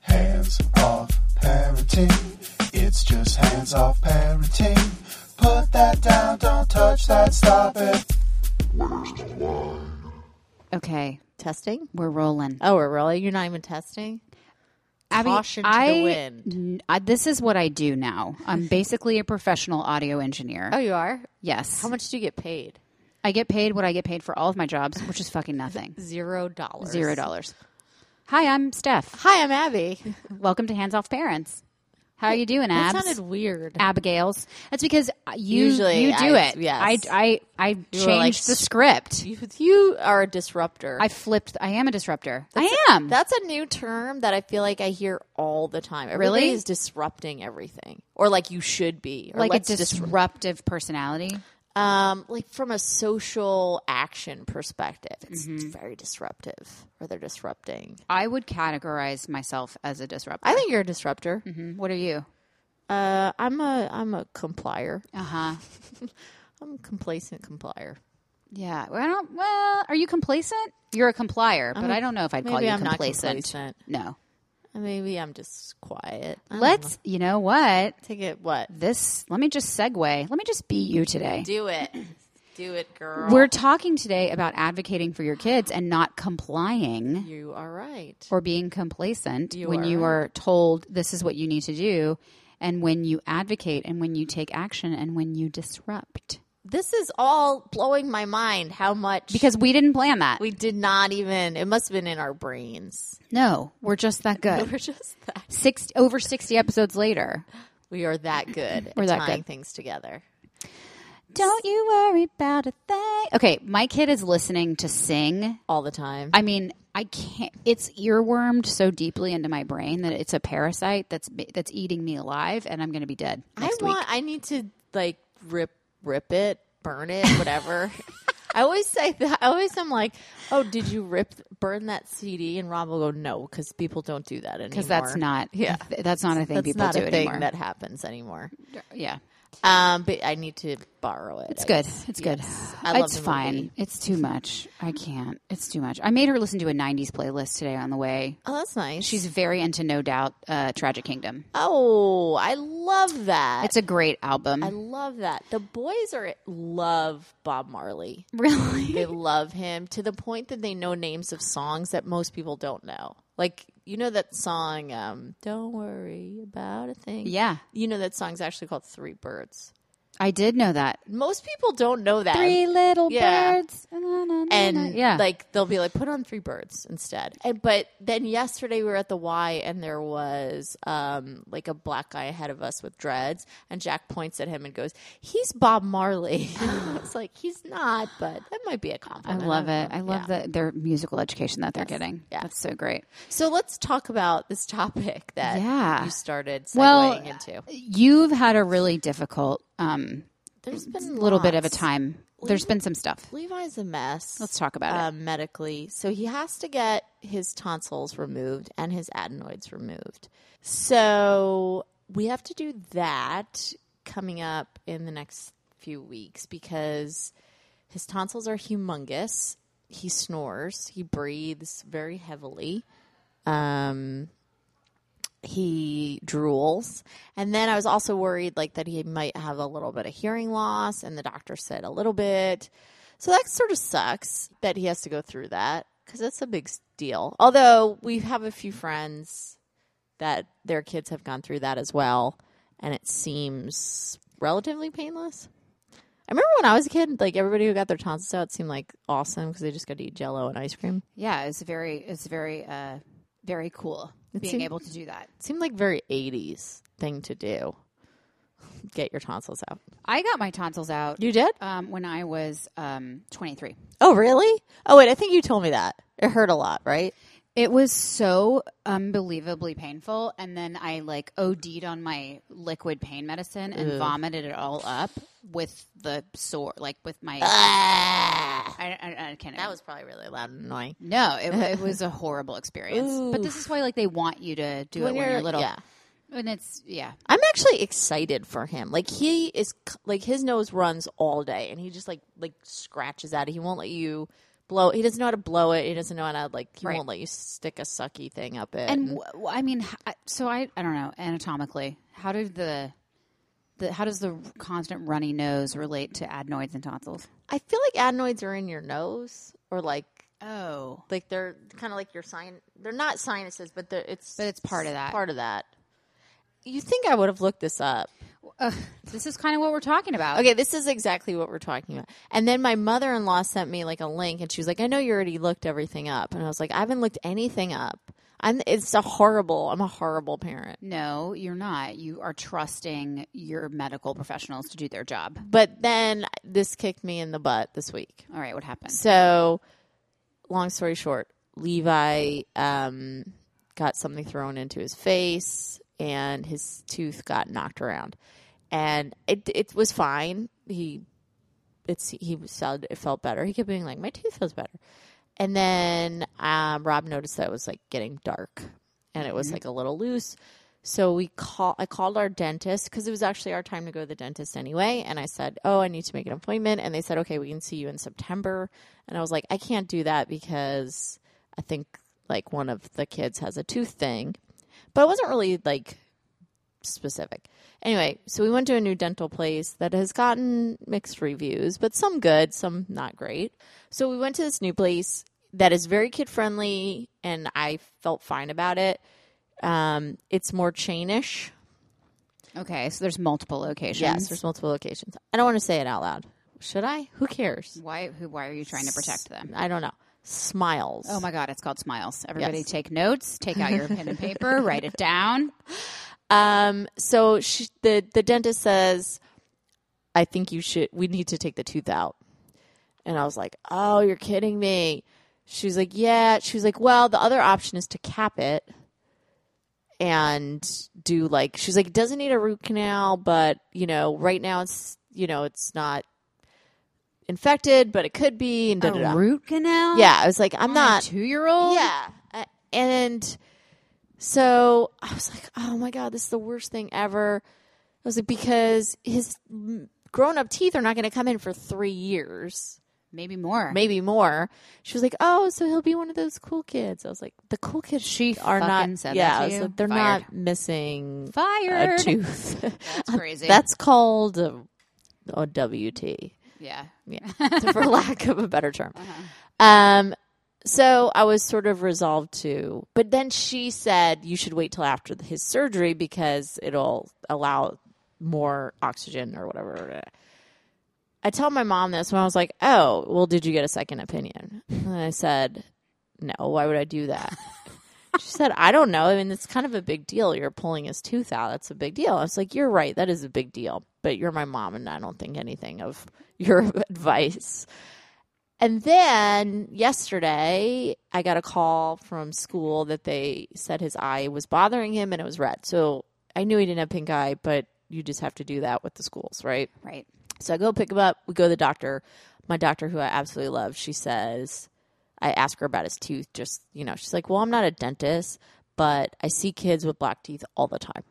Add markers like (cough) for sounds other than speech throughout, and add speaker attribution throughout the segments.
Speaker 1: Hands off parenting. It's just hands off parenting. Put that down, don't touch that, stop it.
Speaker 2: Okay,
Speaker 3: Testing?
Speaker 2: we're rolling.
Speaker 3: Oh, we're rolling. You're not even testing.
Speaker 2: Abby,
Speaker 3: Caution to the
Speaker 2: I,
Speaker 3: wind.
Speaker 2: n- I- this is what I do now. I'm basically a professional audio engineer.
Speaker 3: Oh, you are.
Speaker 2: yes,
Speaker 3: How much do you get paid?
Speaker 2: I get paid what I get paid for all of my jobs, which is fucking
Speaker 3: (laughs)
Speaker 2: nothing.
Speaker 3: Zero dollars.
Speaker 2: Zero dollars. Hi, I'm Steph.
Speaker 3: Hi, I'm Abby.
Speaker 2: Welcome to Hands Off Parents. How are you doing,
Speaker 3: That
Speaker 2: Abs?
Speaker 3: sounded weird.
Speaker 2: Abigail's. That's because uh, you
Speaker 3: Usually
Speaker 2: you do
Speaker 3: I-
Speaker 2: it.
Speaker 3: yes.
Speaker 2: I I I changed
Speaker 3: like,
Speaker 2: the script.
Speaker 3: You, you are a disruptor.
Speaker 2: I flipped. I am a disruptor. I am.
Speaker 3: That's a new term that I feel like I hear all the time.
Speaker 2: Really?
Speaker 3: Everybody is disrupting everything, or like you should be, or
Speaker 2: like a
Speaker 3: let's disrupt.
Speaker 2: disruptive personality.
Speaker 3: Um, like from a social action perspective, it's very disruptive, or they're disrupting.
Speaker 2: I would categorize myself as a disruptor.
Speaker 3: I think you're a disruptor.
Speaker 2: Mhm. What are you?
Speaker 3: Uh, I'm a I'm a complier.
Speaker 2: Uh huh.
Speaker 3: I'm a complacent complier.
Speaker 2: Yeah. Well, I don't, well, are you complacent? You're a complier, but I I don't know if I'd call
Speaker 3: maybe
Speaker 2: you
Speaker 3: I'm not
Speaker 2: complacent.
Speaker 3: complacent.
Speaker 2: No.
Speaker 3: Maybe I'm just quiet. I don't know.
Speaker 2: Let's. You know what?
Speaker 3: take it. What?
Speaker 2: This. Let me just segue. Let me just be you today.
Speaker 3: Do (clears throat) it. Do it, girl.
Speaker 2: We're talking today about advocating for your kids and not complying.
Speaker 3: you are right.
Speaker 2: or being complacent
Speaker 3: You
Speaker 2: when
Speaker 3: are
Speaker 2: you
Speaker 3: right.
Speaker 2: are told this is what you need to do and when you advocate and when you take action and when you disrupt
Speaker 3: This is all blowing my mind. How much?
Speaker 2: because we didn't plan that
Speaker 3: we did not even. It must have been in our brains.
Speaker 2: no we're just that good
Speaker 3: (laughs) We're just that.
Speaker 2: six over 60 episodes later
Speaker 3: We are (clears throat) that good.
Speaker 2: We're
Speaker 3: at
Speaker 2: that
Speaker 3: tying
Speaker 2: good.
Speaker 3: things together.
Speaker 2: don't you worry about a thing okay my kid is listening to sing
Speaker 3: all the time.
Speaker 2: i mean i can't it's earwormed so deeply into my brain that it's a parasite that's that's eating me alive and i'm gonna be dead next week
Speaker 3: want. I need to like rip, rip it, burn it, whatever. (laughs) I always say that. I always am like, oh, did you rip, burn that CD? And Rob will go, no, because people don't do that anymore.
Speaker 2: because that's not
Speaker 3: Yeah.
Speaker 2: th- that's not a thing
Speaker 3: That's
Speaker 2: people
Speaker 3: not
Speaker 2: do
Speaker 3: a thing
Speaker 2: anymore
Speaker 3: that happens anymore.
Speaker 2: yeah
Speaker 3: Um, but I need to borrow it.
Speaker 2: It's good. It's good.
Speaker 3: I love
Speaker 2: it's
Speaker 3: the
Speaker 2: fine.
Speaker 3: movie.
Speaker 2: It's too much. I can't. It's too much. I made her listen to a '90s playlist today on the way.
Speaker 3: Oh, that's nice.
Speaker 2: She's very into No Doubt, uh, Tragic Kingdom.
Speaker 3: oh, I love that.
Speaker 2: It's a great album.
Speaker 3: I (laughs) love that. The boys are love Bob Marley.
Speaker 2: (laughs) really?
Speaker 3: they love him to the point that they know names of songs that most people don't know. Like you know that song, um, "Don't Worry About a Thing."
Speaker 2: Yeah,
Speaker 3: you know that song's actually called Three Birds."
Speaker 2: I did know that.
Speaker 3: Most people don't know that.
Speaker 2: Three little
Speaker 3: Yeah.
Speaker 2: birds. Na, na, na, na.
Speaker 3: and
Speaker 2: yeah,
Speaker 3: like they'll be like, put on three birds instead. And but then yesterday we were at the Y and there was um like a black guy ahead of us with dreads, and Jack points at him and goes, "He's Bob Marley." (laughs) I was like, "He's not, but that might be a
Speaker 2: I
Speaker 3: compliment."
Speaker 2: love it. I
Speaker 3: Yeah.
Speaker 2: love the, their musical education that they're getting.
Speaker 3: Yeah.
Speaker 2: That's so great.
Speaker 3: So let's talk about this topic that
Speaker 2: Yeah.
Speaker 3: you started segueing
Speaker 2: Well, uh,
Speaker 3: into.
Speaker 2: You've had a really difficult um,
Speaker 3: There's been a
Speaker 2: little bit of a time. There's been some stuff.
Speaker 3: Levi's a mess.
Speaker 2: Let's talk about
Speaker 3: uh, medically. So he has to get his tonsils removed and his adenoids removed. So we have to do that coming up in the next few weeks because his tonsils are humongous. He snores. He breathes very heavily. Um, he drools. And then I was also worried like that he might have a little bit of hearing loss and the doctor said a little bit. So that sort of sucks that he has to go through that cuz that's a big s- deal. Although we have a few friends that their kids have gone through that as well and it seems relatively painless. I remember when I was a kid, like everybody who got their tonsils out seemed like awesome because they just got to eat jello and ice cream.
Speaker 2: Yeah, it's very, it's very, uh, very cool being
Speaker 3: seem-
Speaker 2: able to do that.
Speaker 3: Seemed like very 80s thing to do. (laughs) Get your tonsils out.
Speaker 2: I got my tonsils out
Speaker 3: You did?
Speaker 2: um, when I was um, 23.
Speaker 3: Oh, really? Oh, wait, I think you told me that. It hurt a lot, right?
Speaker 2: It was so unbelievably painful, and then I like OD'd on my liquid pain medicine and vomited it all up with the sore, like with my. I, I, I can't.
Speaker 3: Ah, That was probably really loud and annoying.
Speaker 2: no. It, (laughs) it was a horrible experience. But this is why, like, they want you to do it when you're little.
Speaker 3: Yeah.
Speaker 2: And it's yeah.
Speaker 3: I'm actually excited for him. Like he is c- like his nose runs all day and he just like like scratches at it. He won't let you blow. He doesn't know how to blow it. He doesn't know how to like. He
Speaker 2: Right.
Speaker 3: won't let you stick a sucky thing up it.
Speaker 2: And w- w- I mean, h- I- so I I don't know anatomically how did the the how does the constant runny nose relate to adenoids and tonsils?
Speaker 3: I feel like adenoids are in your nose or like
Speaker 2: Oh,
Speaker 3: like they're kind of like your sin. They're not sinuses, but they're it's
Speaker 2: But it's part of that.
Speaker 3: Part of that. You think I would have looked this up?
Speaker 2: uh, this is kind of what we're talking about.
Speaker 3: Okay, this is exactly what we're talking about. And then my mother in law sent me like a link, and she was like, "I know you already looked everything up," and I was like, "I haven't looked anything up. I'm it's a horrible. I'm a horrible parent."
Speaker 2: No, you're not. You are trusting your medical professionals to do their job.
Speaker 3: But then this kicked me in the butt this week.
Speaker 2: All right, what happened?
Speaker 3: So, long story short, Levi um, got something thrown into his face, and his tooth got knocked around, and it it was fine. He it's he said it felt better. He kept being like, "My tooth feels better," and then um, Rob noticed that it was like getting dark, and it was like a little loose. So we call. I called our dentist because it was actually our time to go to the dentist anyway. And I said, "Oh, I need to make an appointment." And they said, "Okay, we can see you in September." And I was like, "I can't do that because I think like one of the kids has a tooth thing," but I wasn't really like specific. Anyway, so we went to a new dental place that has gotten mixed reviews, but some good, some not great. So we went to this new place that is very kid friendly, and I felt fine about it. Um, it's more chainish.
Speaker 2: Okay, so there's multiple locations.
Speaker 3: Yes, there's multiple locations. I don't want to say it out loud. Should I? Who cares?
Speaker 2: Why? Who? Why are you trying to protect them?
Speaker 3: I don't know. Smiles.
Speaker 2: Oh my God, it's called Smiles. Everybody
Speaker 3: Yes.
Speaker 2: take notes, take out your pen and
Speaker 3: (laughs)
Speaker 2: paper, write it down.
Speaker 3: Um, so she, the the dentist says, "I think you should. We need to take the tooth out." And I was like, "Oh, you're kidding me." She was like, "Yeah." She was like, "Well, the other option is to cap it and do like." She's like, "It doesn't need a root canal, but you know, right now it's you know it's not infected, but it could be."
Speaker 2: Oh,
Speaker 3: And da, da, da.
Speaker 2: root canal?
Speaker 3: yeah, I was like, "I'm not."
Speaker 2: two year old?
Speaker 3: Yeah. Uh, And so I was like, oh my God, this is the worst thing ever. I was like, because his grown up teeth are not going to come in for three years,
Speaker 2: Maybe more.
Speaker 3: maybe more. She was like, oh, so he'll be one of those cool kids. I was like, the cool kids
Speaker 2: She
Speaker 3: are
Speaker 2: fucking
Speaker 3: not,
Speaker 2: said
Speaker 3: yeah,
Speaker 2: that to
Speaker 3: I was
Speaker 2: you?
Speaker 3: like, they're
Speaker 2: Fired.
Speaker 3: not missing
Speaker 2: Fired. (laughs)
Speaker 3: a tooth.
Speaker 2: That's crazy.
Speaker 3: That's called a, a WT
Speaker 2: yeah.
Speaker 3: yeah, (laughs) for lack of a better term. Um, so I was sort of resolved to, but then she said you should wait till after his surgery because it'll allow more oxygen or whatever. I tell my mom this when I was like, "Oh, well, did you get a second opinion?" And I said, "No, why would I do that?" (laughs) she said, "I don't know. I mean, it's kind of a big deal. You're pulling his tooth out. That's a big deal." I was like, "You're right. That is a big deal. But you're my mom, and I don't think anything of your (laughs) advice." And then yesterday, I got a call from school that they said his eye was bothering him and it was red. So I knew he didn't have pink eye, but you just have to do that with the schools, right?
Speaker 2: Right.
Speaker 3: So I go pick him up. We go to the doctor. My doctor, who I absolutely love, she says, I ask her about his tooth. Just, you know, she's like, Well, I'm not a dentist, but I see kids with black teeth all the time.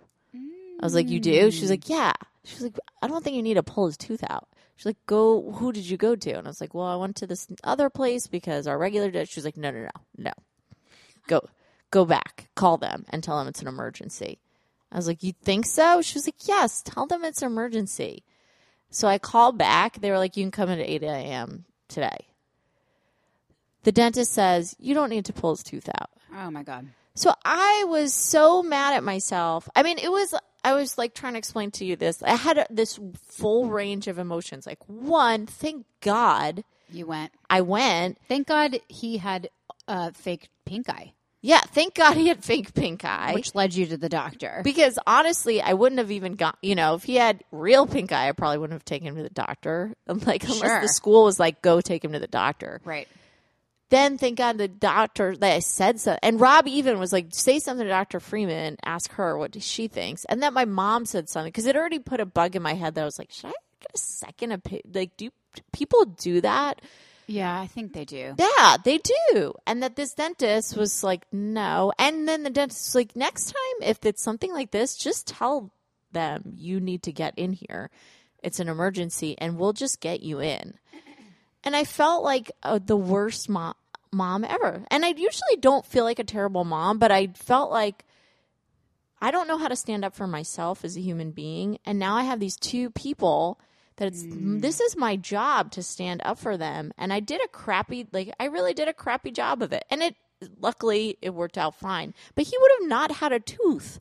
Speaker 3: I was like, You do? She's like, Yeah. She's like, I don't think you need to pull his tooth out. She's like, Go, who did you go to? And I was like, Well, I went to this other place because our regular dentist. She's like, No, no, no, no. Go, go back, call them and tell them it's an emergency. I was like, You think so? She was like, Yes, tell them it's an emergency. So I called back. They were like, you can come in at 8 a.m. today. The dentist says, you don't need to pull his tooth out.
Speaker 2: Oh my God.
Speaker 3: So I was so mad at myself. I mean, it was, I was like trying to explain to you this. I had a, this full range of emotions. Like, one, thank God
Speaker 2: You went.
Speaker 3: I went.
Speaker 2: Thank God he had uh, fake pink eye,
Speaker 3: Yeah, thank God he had fake pink eye.
Speaker 2: which led you to the doctor.
Speaker 3: because honestly, I wouldn't have even gone. You know, if he had real pink eye, I probably wouldn't have taken him to the doctor. (laughs) Like, unless
Speaker 2: Sure.
Speaker 3: the school was like, "Go take him to the doctor."
Speaker 2: right.
Speaker 3: then thank God the doctor that I said so. And Rob even was like, say something to Dr. Freeman, ask her what she thinks. And that my mom said something because it already put a bug in my head that I was like, should I get a second opinion? Like, do people do that?
Speaker 2: Yeah, I think they do.
Speaker 3: Yeah, they do. And that this dentist was like, no. And then the dentist was like, next time, if it's something like this, just tell them you need to get in here. It's an emergency and we'll just get you in. and I felt like uh, the worst mom mom ever. And I usually don't feel like a terrible mom, but I felt like I don't know how to stand up for myself as a human being, and now I have these two people that it's this is my job to stand up for them, and I did a crappy like I really did a crappy job of it, and it luckily it worked out fine. But he would have not had a tooth.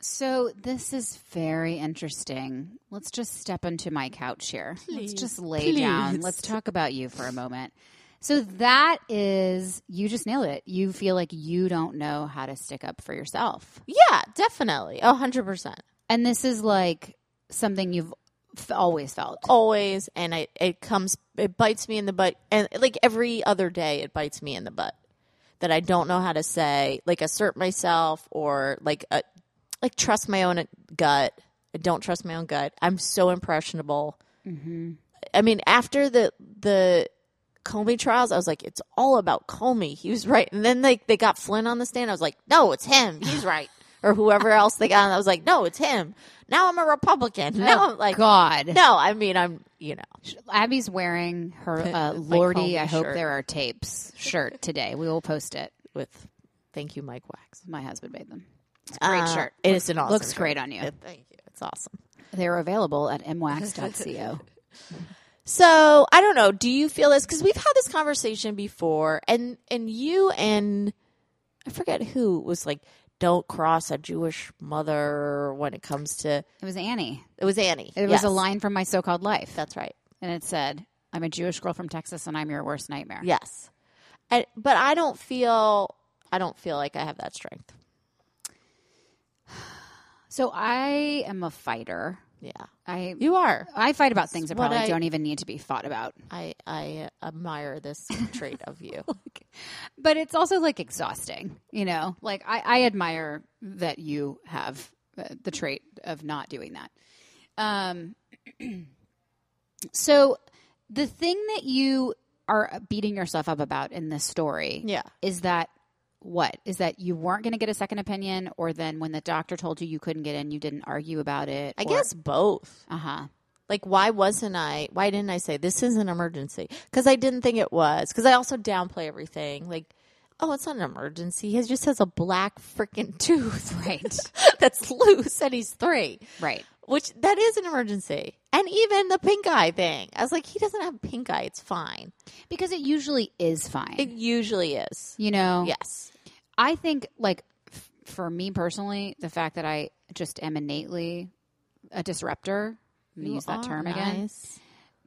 Speaker 2: So this is very interesting. Let's just step into my couch here. Let's just lay down.
Speaker 3: please.
Speaker 2: Let's talk about you for a moment. So that is you just nailed it. You feel like you don't know how to stick up for yourself.
Speaker 3: Yeah, definitely, a hundred percent,
Speaker 2: And this is like something you've f- always felt.
Speaker 3: Oh, always, and I it comes it bites me in the butt, and like every other day it bites me in the butt that I don't know how to say like assert myself or like uh like trust my own gut. I don't trust my own gut. I'm so impressionable. I mean, after the the Comey trials, I was like, it's all about Comey. He was right. And then like they got Flynn on the stand. I was like, no, it's him. He's right. Or whoever else they got. And I was like, no, it's him. Now I'm a Republican. (laughs) Now
Speaker 2: Oh,
Speaker 3: I'm oh, like,
Speaker 2: God.
Speaker 3: (laughs) no, I mean, I'm, you know,
Speaker 2: Abby's wearing her uh,
Speaker 3: My
Speaker 2: Lordy,
Speaker 3: Comey
Speaker 2: I hope
Speaker 3: shirt.
Speaker 2: there are tapes shirt today. We will post it.
Speaker 3: with thank you, Mike Wax.
Speaker 2: My husband made them. It's a great
Speaker 3: Uh,
Speaker 2: shirt.
Speaker 3: It is an awesome
Speaker 2: Looks
Speaker 3: shirt.
Speaker 2: great on you.
Speaker 3: Yeah, Thank you. It's awesome.
Speaker 2: They're available at mwax.co.
Speaker 3: So I don't know. Do you feel this? Because we've had this conversation before, and and you and I forget who was like, "Don't cross a Jewish mother." When it comes to
Speaker 2: it was Annie.
Speaker 3: it was Annie.
Speaker 2: It
Speaker 3: Yes.
Speaker 2: was a line from my so-called life,
Speaker 3: That's right.
Speaker 2: and it said, "I'm a Jewish girl from Texas, and I'm your worst nightmare."
Speaker 3: Yes, I, but I don't feel. I don't feel like I have that strength.
Speaker 2: So I am a fighter.
Speaker 3: Yeah,
Speaker 2: I
Speaker 3: you are.
Speaker 2: I fight about things that
Speaker 3: what
Speaker 2: probably
Speaker 3: I-
Speaker 2: don't even need to be thought about.
Speaker 3: I I admire this trait of you.
Speaker 2: But it's also like exhausting, you know. Like I, I admire that you have uh, the trait of not doing that. Um, (clears throat) so the thing that you are beating yourself up about in this story,
Speaker 3: (laughs) Yeah.
Speaker 2: is that what is that you weren't going to get a second opinion, or then when the doctor told you you couldn't get in, you didn't argue about it.
Speaker 3: I guess both.
Speaker 2: Uh huh.
Speaker 3: Like, why wasn't I? Why didn't I say this is an emergency? Because I didn't think it was. Because I also downplay everything. Like, oh, it's not an emergency. He just has a black freaking (laughs) tooth
Speaker 2: Right. (laughs)
Speaker 3: that's loose, and he's three,
Speaker 2: right.
Speaker 3: which that is an emergency. And even the pink eye thing. I was like, he doesn't have pink eye. It's fine.
Speaker 2: Because it usually is fine.
Speaker 3: It usually is.
Speaker 2: you know.
Speaker 3: Yes.
Speaker 2: I think, like, f- for me personally, the fact that I just am innately a disruptor, I'm gonna use that term again,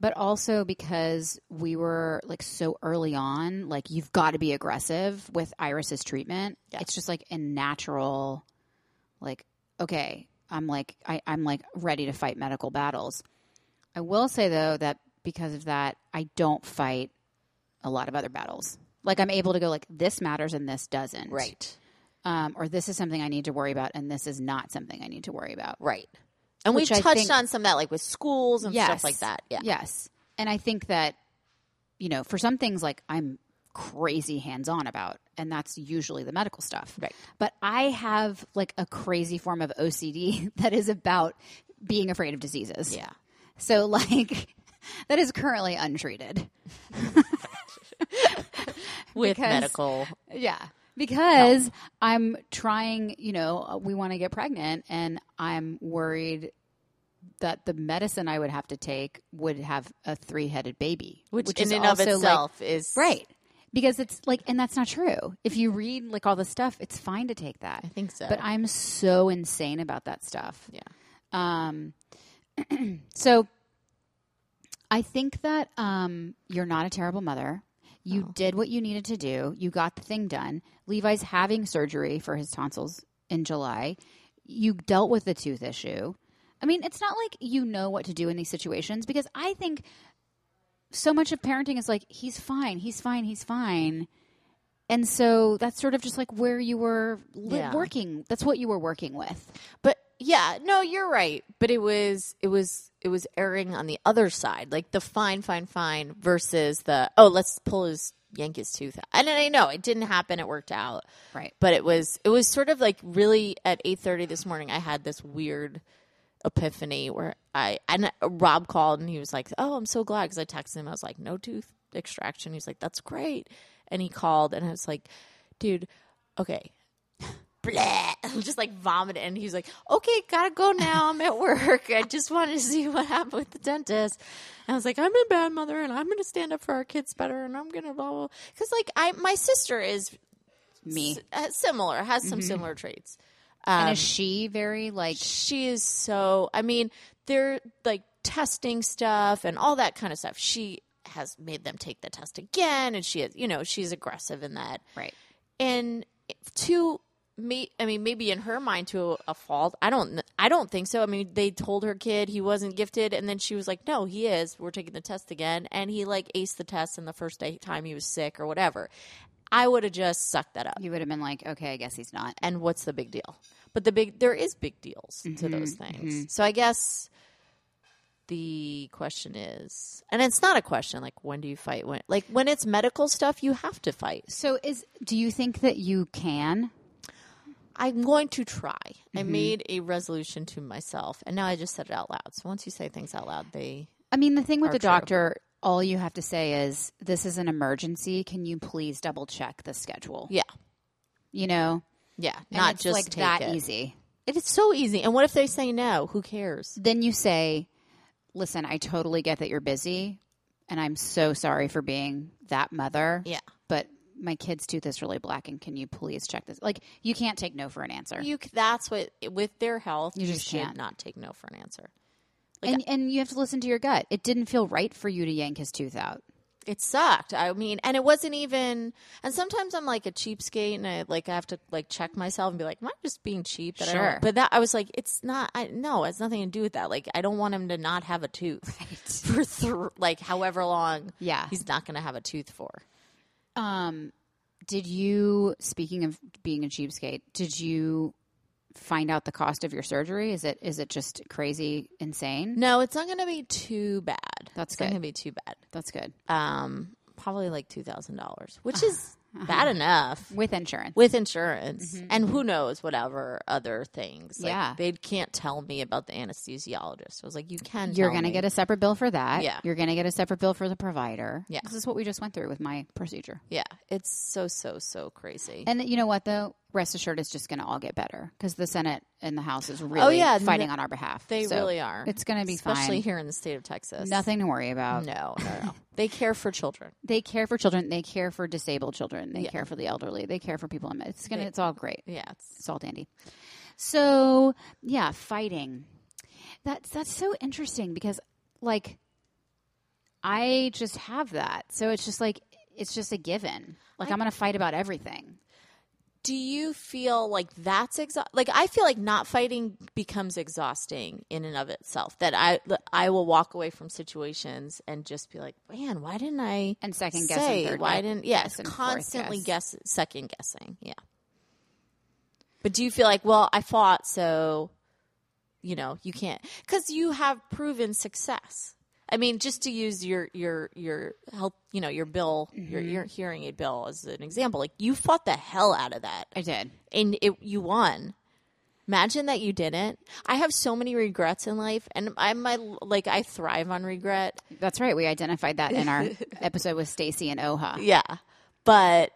Speaker 2: but also because we were like so early on, like, you've got to be aggressive with Iris's treatment.
Speaker 3: Yeah.
Speaker 2: It's just like a natural, like, okay, I'm like, I, I'm like ready to fight medical battles. I will say though that because of that, I don't fight a lot of other battles. Like I'm able to go like this matters and this doesn't
Speaker 3: Right.
Speaker 2: um, or this is something I need to worry about, and this is not something I need to worry about.
Speaker 3: Right. And
Speaker 2: Which
Speaker 3: we've
Speaker 2: I
Speaker 3: touched
Speaker 2: think-
Speaker 3: on some of that, like with schools and
Speaker 2: Yes.
Speaker 3: stuff like that. Yeah.
Speaker 2: Yes. And I think that, you know, for some things, like I'm crazy hands on about, and that's usually the medical stuff.
Speaker 3: Right.
Speaker 2: But I have like a crazy form of OCD (laughs) that is about being afraid of diseases.
Speaker 3: Yeah.
Speaker 2: So, (laughs) like, that is currently untreated.
Speaker 3: With
Speaker 2: Because-
Speaker 3: medical.
Speaker 2: Yeah. Because I'm trying, you know, we want to get pregnant and I'm worried that the medicine I would have to take would have a three headed baby.
Speaker 3: which,
Speaker 2: is
Speaker 3: in and of
Speaker 2: also, like-
Speaker 3: itself is
Speaker 2: right. Because it's like, and that's not true. If you read like all the stuff, it's fine to take that.
Speaker 3: I think so.
Speaker 2: But I'm so insane about that stuff.
Speaker 3: yeah,
Speaker 2: Um, (clears throat) so I think that um, you're not a terrible mother. You did what you needed to do. You got the thing done. Levi's having surgery for his tonsils in July. You dealt with the tooth issue. I mean, it's not like you know what to do in these situations because I think so much of parenting is like, he's fine, he's fine, he's fine. And so that's sort of just like where you were li-
Speaker 3: Yeah.
Speaker 2: working. That's what you were working with.
Speaker 3: but yeah, no, you're right. But it was it was it was erring on the other side, like the fine, fine, fine versus the oh, let's pull his Yankees tooth. out. And I know it didn't happen; it worked out.
Speaker 2: Right.
Speaker 3: But it was it was sort of like really at eight thirty this morning. I had this weird epiphany where I and Rob called and he was like, "Oh, I'm so glad," because I texted him. I was like, "No tooth." extraction. He's like, that's great. And he called, and I was like, dude, okay. Blah. Just like vomited. And he's like, okay, gotta go now. I'm at work. I just wanted to see what happened with the dentist. And I was like, I'm a bad mother and I'm gonna stand up for our kids better and I'm gonna blah, blah. Because like, I, my sister is
Speaker 2: Me.
Speaker 3: s- uh, similar, has some similar traits.
Speaker 2: and is she very like
Speaker 3: She is so. I mean, they're like testing stuff and all that kind of stuff. She has made them take the test again, and she is, you know, she's aggressive in that.
Speaker 2: right?
Speaker 3: And to me, I mean, maybe in her mind to a fault. I don't. kn- I don't think so. I mean, they told her kid he wasn't gifted, and then she was like, "No, he is. We're taking the test again." And he like aced the test in the first day, time he was sick or whatever. I would have just sucked that up
Speaker 2: You would have been like, okay, I guess he's not.
Speaker 3: and what's the big deal? But the big there is big deals to those things. So I guess the question is, and it's not a question like when do you fight when like when it's medical stuff you have to fight.
Speaker 2: So is do you think that you can?
Speaker 3: I'm going to try. I
Speaker 2: Mm-hmm.
Speaker 3: made a resolution to myself, and now I just said it out loud. So once you say things out loud, they
Speaker 2: I mean, the thing with the
Speaker 3: true.
Speaker 2: doctor, all you have to say is, "This is an emergency. Can you please double check the schedule?"
Speaker 3: yeah
Speaker 2: You know,
Speaker 3: yeah
Speaker 2: And
Speaker 3: not
Speaker 2: it's
Speaker 3: just
Speaker 2: like
Speaker 3: take
Speaker 2: that
Speaker 3: it.
Speaker 2: easy.
Speaker 3: It is so easy. And what if they say no? Who cares?
Speaker 2: Then you say, "Listen, I totally get that you're busy, and I'm so sorry for being that mother.
Speaker 3: Yeah.
Speaker 2: but my kid's tooth is really black, and can you please check this?" Like, you can't take no for an answer.
Speaker 3: You c- that's what with their health you,
Speaker 2: You just
Speaker 3: should
Speaker 2: can't.
Speaker 3: not take no for an answer.
Speaker 2: and and you have to listen to your gut. It didn't feel right for you to yank his tooth out.
Speaker 3: it sucked. I mean, and it wasn't even. And sometimes I'm like a cheapskate, and I like I have to like check myself and be like, am I just being cheap? That I don't-"
Speaker 2: Sure.
Speaker 3: but that I was like, it's not. I no, it's nothing to do with that. Like I don't want him to not have a tooth (laughs) for th- like however long.
Speaker 2: Yeah.
Speaker 3: he's not going to have a tooth for.
Speaker 2: Um, did you speaking of being a cheapskate? Did you find out the cost of your surgery? Is it is it just crazy insane?
Speaker 3: No, it's not going to be too bad.
Speaker 2: That's
Speaker 3: it's not
Speaker 2: good.
Speaker 3: going to be too bad.
Speaker 2: That's good Uh,
Speaker 3: Um, probably like two thousand dollars,
Speaker 2: (sighs)
Speaker 3: which is bad enough.
Speaker 2: with insurance.
Speaker 3: with insurance and who knows whatever other things Like,
Speaker 2: Mm-hmm. Yeah.
Speaker 3: they can't tell me about the anesthesiologist i was like you can
Speaker 2: You're
Speaker 3: tell
Speaker 2: going to
Speaker 3: me.
Speaker 2: get a separate bill for that.
Speaker 3: Yeah.
Speaker 2: You're going to get a separate bill for the provider.
Speaker 3: Yeah.
Speaker 2: This is what we just went through with my procedure.
Speaker 3: yeah it's so so so crazy
Speaker 2: And you know what though? Rest assured, it's just going to all get better because the Senate and the House is really
Speaker 3: Oh, yeah,
Speaker 2: fighting
Speaker 3: th-
Speaker 2: on our behalf.
Speaker 3: they
Speaker 2: So
Speaker 3: really are
Speaker 2: It's going to be
Speaker 3: especially
Speaker 2: fine.
Speaker 3: here in the state of texas
Speaker 2: Nothing to worry about.
Speaker 3: no no
Speaker 2: (laughs)
Speaker 3: no they care for children
Speaker 2: they care for children. They care for disabled children. They
Speaker 3: Yeah.
Speaker 2: care for the elderly. They care for people. in It's gonna. It's all great.
Speaker 3: yeah it's-
Speaker 2: It's all dandy. So yeah, fighting. That's that's so interesting because like I just have that. So it's just like it's just a given. Like I, am gonna fight about everything.
Speaker 3: do you feel like that's exhausting? Like I feel like not fighting becomes exhausting in and of itself. That I I will walk away from situations and just be like, man, why didn't I
Speaker 2: And second guess and
Speaker 3: say
Speaker 2: third
Speaker 3: why
Speaker 2: guess-
Speaker 3: didn't yes
Speaker 2: guess and fourth
Speaker 3: constantly
Speaker 2: guess.
Speaker 3: guess. second guessing yeah. But do you feel like well I fought so you know you can't because you have proven success. I mean, just to use your your your help, you know, your bill, your
Speaker 2: Mm-hmm.
Speaker 3: your hearing aid bill as an example, like you fought the hell out of that
Speaker 2: I did.
Speaker 3: and it, you won. Imagine that you didn't. I have so many regrets in life, and I'm my like I thrive on regret.
Speaker 2: That's right. We identified that in (laughs) our episode with Stacy and Oha.
Speaker 3: Yeah, but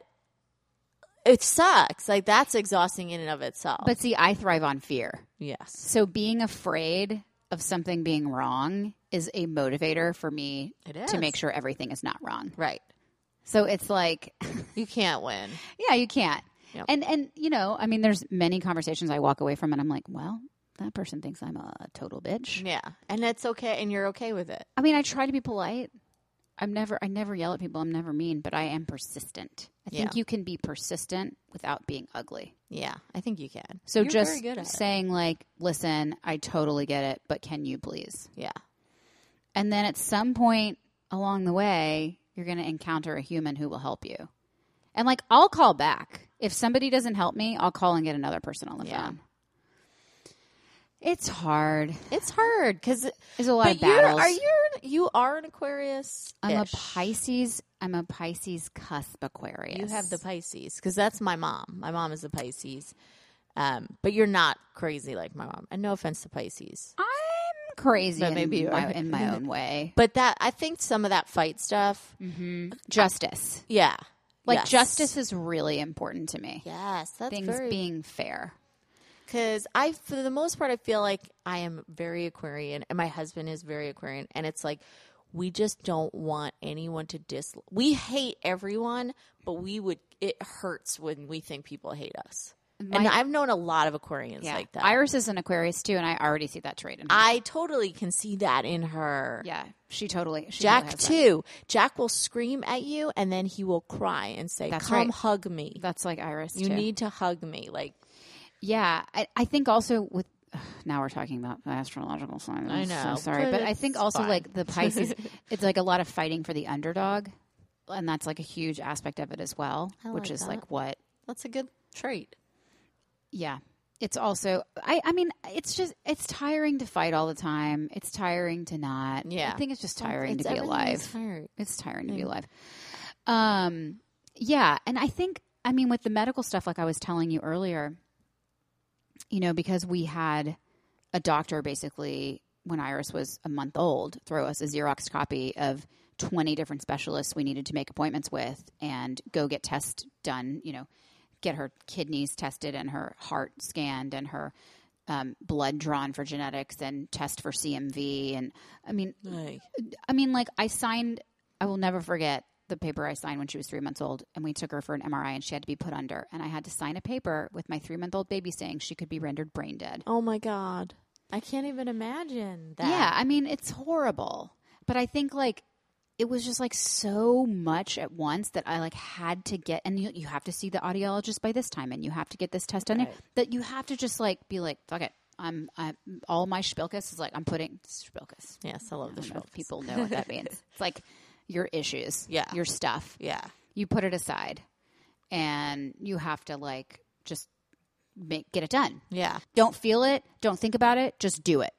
Speaker 3: it sucks. Like that's exhausting in and of itself.
Speaker 2: But see, I thrive on fear.
Speaker 3: yes,
Speaker 2: So being afraid of something being wrong is a motivator for me
Speaker 3: It
Speaker 2: to
Speaker 3: is.
Speaker 2: make sure everything is not wrong.
Speaker 3: right.
Speaker 2: So it's like, (laughs)
Speaker 3: You can't win.
Speaker 2: yeah, you can't.
Speaker 3: Yep.
Speaker 2: And and you know, I mean, there's many conversations I walk away from, and I'm like, well, that person thinks I'm a total bitch.
Speaker 3: Yeah, and that's okay, and you're okay with it.
Speaker 2: I mean, I try to be polite. I'm never, I never yell at people. I'm never mean, but I am persistent. I think
Speaker 3: Yeah.
Speaker 2: you can be persistent without being ugly.
Speaker 3: Yeah, I think you can.
Speaker 2: So
Speaker 3: You're
Speaker 2: just
Speaker 3: very good at it.
Speaker 2: saying like, listen, I totally get it, but can you please?
Speaker 3: Yeah,
Speaker 2: And then at some point along the way, you're going to encounter a human who will help you. And like, I'll call back. If somebody doesn't help me, I'll call and get another person on the
Speaker 3: Yeah.
Speaker 2: phone. It's hard.
Speaker 3: it's hard because.
Speaker 2: There's a lot
Speaker 3: But
Speaker 2: of
Speaker 3: you're
Speaker 2: battles.
Speaker 3: are you you are an Aquarius?
Speaker 2: I'm a Pisces. I'm a Pisces cusp Aquarius.
Speaker 3: You have the Pisces because that's my mom. My mom is a Pisces, um, but you're not crazy like my mom. And no offense to Pisces,
Speaker 2: I'm crazy
Speaker 3: But maybe
Speaker 2: in,
Speaker 3: you
Speaker 2: my,
Speaker 3: are.
Speaker 2: in
Speaker 3: (laughs)
Speaker 2: my own way.
Speaker 3: But that I think some of that fight stuff,
Speaker 2: Justice.
Speaker 3: yeah,
Speaker 2: Like
Speaker 3: Mm-hmm. Yes.
Speaker 2: justice is really important to me.
Speaker 3: Yes, that's
Speaker 2: Things
Speaker 3: very
Speaker 2: being fair.
Speaker 3: Because I, for the most part, I feel like I am very Aquarian, and my husband is very Aquarian, and it's like we just don't want anyone to dis. We hate everyone, but we would. It hurts when we think people hate us. and
Speaker 2: My-
Speaker 3: I've known a lot of Aquarians like that. I,
Speaker 2: Iris is an Aquarius too, and I already see that trait in her.
Speaker 3: totally can see that in her.
Speaker 2: yeah, she totally. She totally
Speaker 3: Jack
Speaker 2: has that.
Speaker 3: too. Jack will scream at you, and then he will cry and say,
Speaker 2: That's
Speaker 3: "Come
Speaker 2: right.
Speaker 3: hug me.
Speaker 2: That's like Iris.
Speaker 3: you
Speaker 2: too.
Speaker 3: need to hug me." Like
Speaker 2: Yeah, I, I think also with (sighs) now we're talking about the astrological signs. I'm
Speaker 3: I know,
Speaker 2: so sorry,
Speaker 3: but
Speaker 2: but, I think
Speaker 3: it's
Speaker 2: also
Speaker 3: fine.
Speaker 2: like the (laughs) Pisces, it's like a lot of fighting for the underdog, and that's like a huge aspect of it as well,
Speaker 3: I
Speaker 2: which
Speaker 3: like
Speaker 2: is
Speaker 3: that.
Speaker 2: like what.
Speaker 3: that's a good trait.
Speaker 2: Yeah, it's also I I mean it's just it's tiring to fight all the time. It's tiring to not.
Speaker 3: Yeah.
Speaker 2: I think it's just
Speaker 3: Well,
Speaker 2: tiring
Speaker 3: it's-
Speaker 2: to be
Speaker 3: everything
Speaker 2: alive.
Speaker 3: is hard.
Speaker 2: It's tiring to be alive. Um, yeah, and I think I mean with the medical stuff, like I was telling you earlier, you know, because we had a doctor basically when Iris was a month old throw us a Xerox copy of twenty different specialists we needed to make appointments with and go get tests done. You know, get her kidneys tested and her heart scanned and her. Um, blood drawn for genetics and test for CMV and I mean
Speaker 3: Like,
Speaker 2: I mean, like I signed. I will never forget the paper I signed when she was three months old, and we took her for an MRI, and she had to be put under, and I had to sign a paper with my three month old baby saying she could be rendered brain dead.
Speaker 3: Oh my god. I can't even imagine that.
Speaker 2: Yeah, I mean, it's horrible, but I think like it was just like so much at once that I like had to get, and you, you have to see the audiologist by this time, and you have to get this test done,
Speaker 3: Right.
Speaker 2: that you have to just like be like, fuck it. I'm, I'm all my spilkus is like I'm putting spilkus.
Speaker 3: Yes, I love the
Speaker 2: I don't know
Speaker 3: show.
Speaker 2: if people know what that
Speaker 3: (laughs)
Speaker 2: means. It's like your issues,
Speaker 3: Yeah.
Speaker 2: your stuff.
Speaker 3: Yeah.
Speaker 2: You put it aside, and you have to like just make get it done.
Speaker 3: Yeah.
Speaker 2: Don't feel it. Don't think about it. Just do it.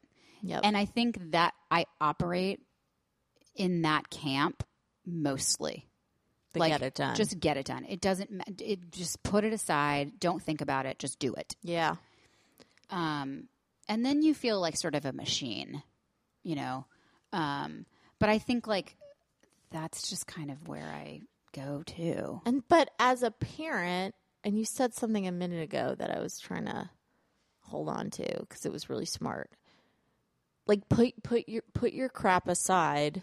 Speaker 3: Yep.
Speaker 2: And I think that I operate in that camp mostly.
Speaker 3: They
Speaker 2: like,
Speaker 3: get it done.
Speaker 2: Just get it done. It doesn't. ma- It just put it aside. Don't think about it. Just do it.
Speaker 3: yeah.
Speaker 2: um, and then you feel like sort of a machine, you know. Um, but I think like that's just kind of where I go to.
Speaker 3: And but as a parent, and you said something a minute ago that I was trying to hold on to because it was really smart. Like put put your put your crap aside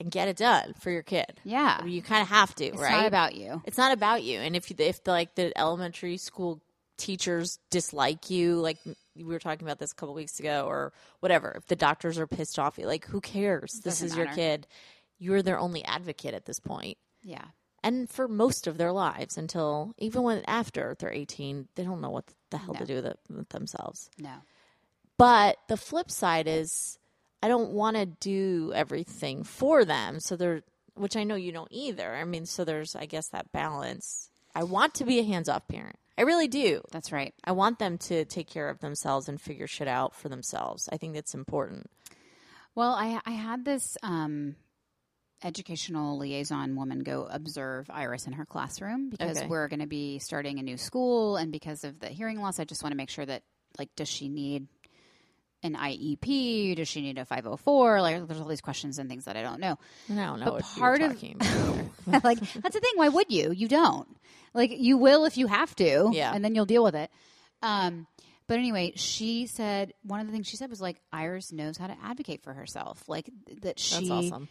Speaker 3: and get it done for your kid.
Speaker 2: Yeah,
Speaker 3: I mean, you kind of have to,
Speaker 2: it's
Speaker 3: right?
Speaker 2: not about you.
Speaker 3: It's not about you. And if you, if like the elementary school teachers dislike you, like we were talking about this a couple weeks ago, or whatever, if the doctors are pissed off, you like who cares? This
Speaker 2: Doesn't
Speaker 3: is your
Speaker 2: matter.
Speaker 3: kid. You're their only advocate at this point,
Speaker 2: Yeah,
Speaker 3: and for most of their lives until even when after they're 18, they don't know what the hell to do with, it, with themselves.
Speaker 2: no,
Speaker 3: But the flip side is, I don't want to do everything for them. So there, which I know you don't either. I mean, so there's, I guess, that balance. I want to be a hands off parent. I really do.
Speaker 2: that's right.
Speaker 3: I want them to take care of themselves and figure shit out for themselves. I think that's important.
Speaker 2: Well, I I had this um, educational liaison woman go observe Iris in her classroom because
Speaker 3: Okay.
Speaker 2: we're going to be starting a new school, and because of the hearing loss, I just want to make sure that like, does she need an IEP? Does she need a five hundred four? Like, there's all these questions and things that I don't know.
Speaker 3: And I don't know
Speaker 2: But
Speaker 3: what
Speaker 2: part
Speaker 3: you're
Speaker 2: of-
Speaker 3: talking about.
Speaker 2: (laughs)
Speaker 3: either.
Speaker 2: like that's the thing. Why would you? You don't. Like you will if you have to.
Speaker 3: Yeah.
Speaker 2: And then you'll deal with it. Um, but anyway, she said one of the things she said was like Iris knows how to advocate for herself. Like th- that she
Speaker 3: That's awesome.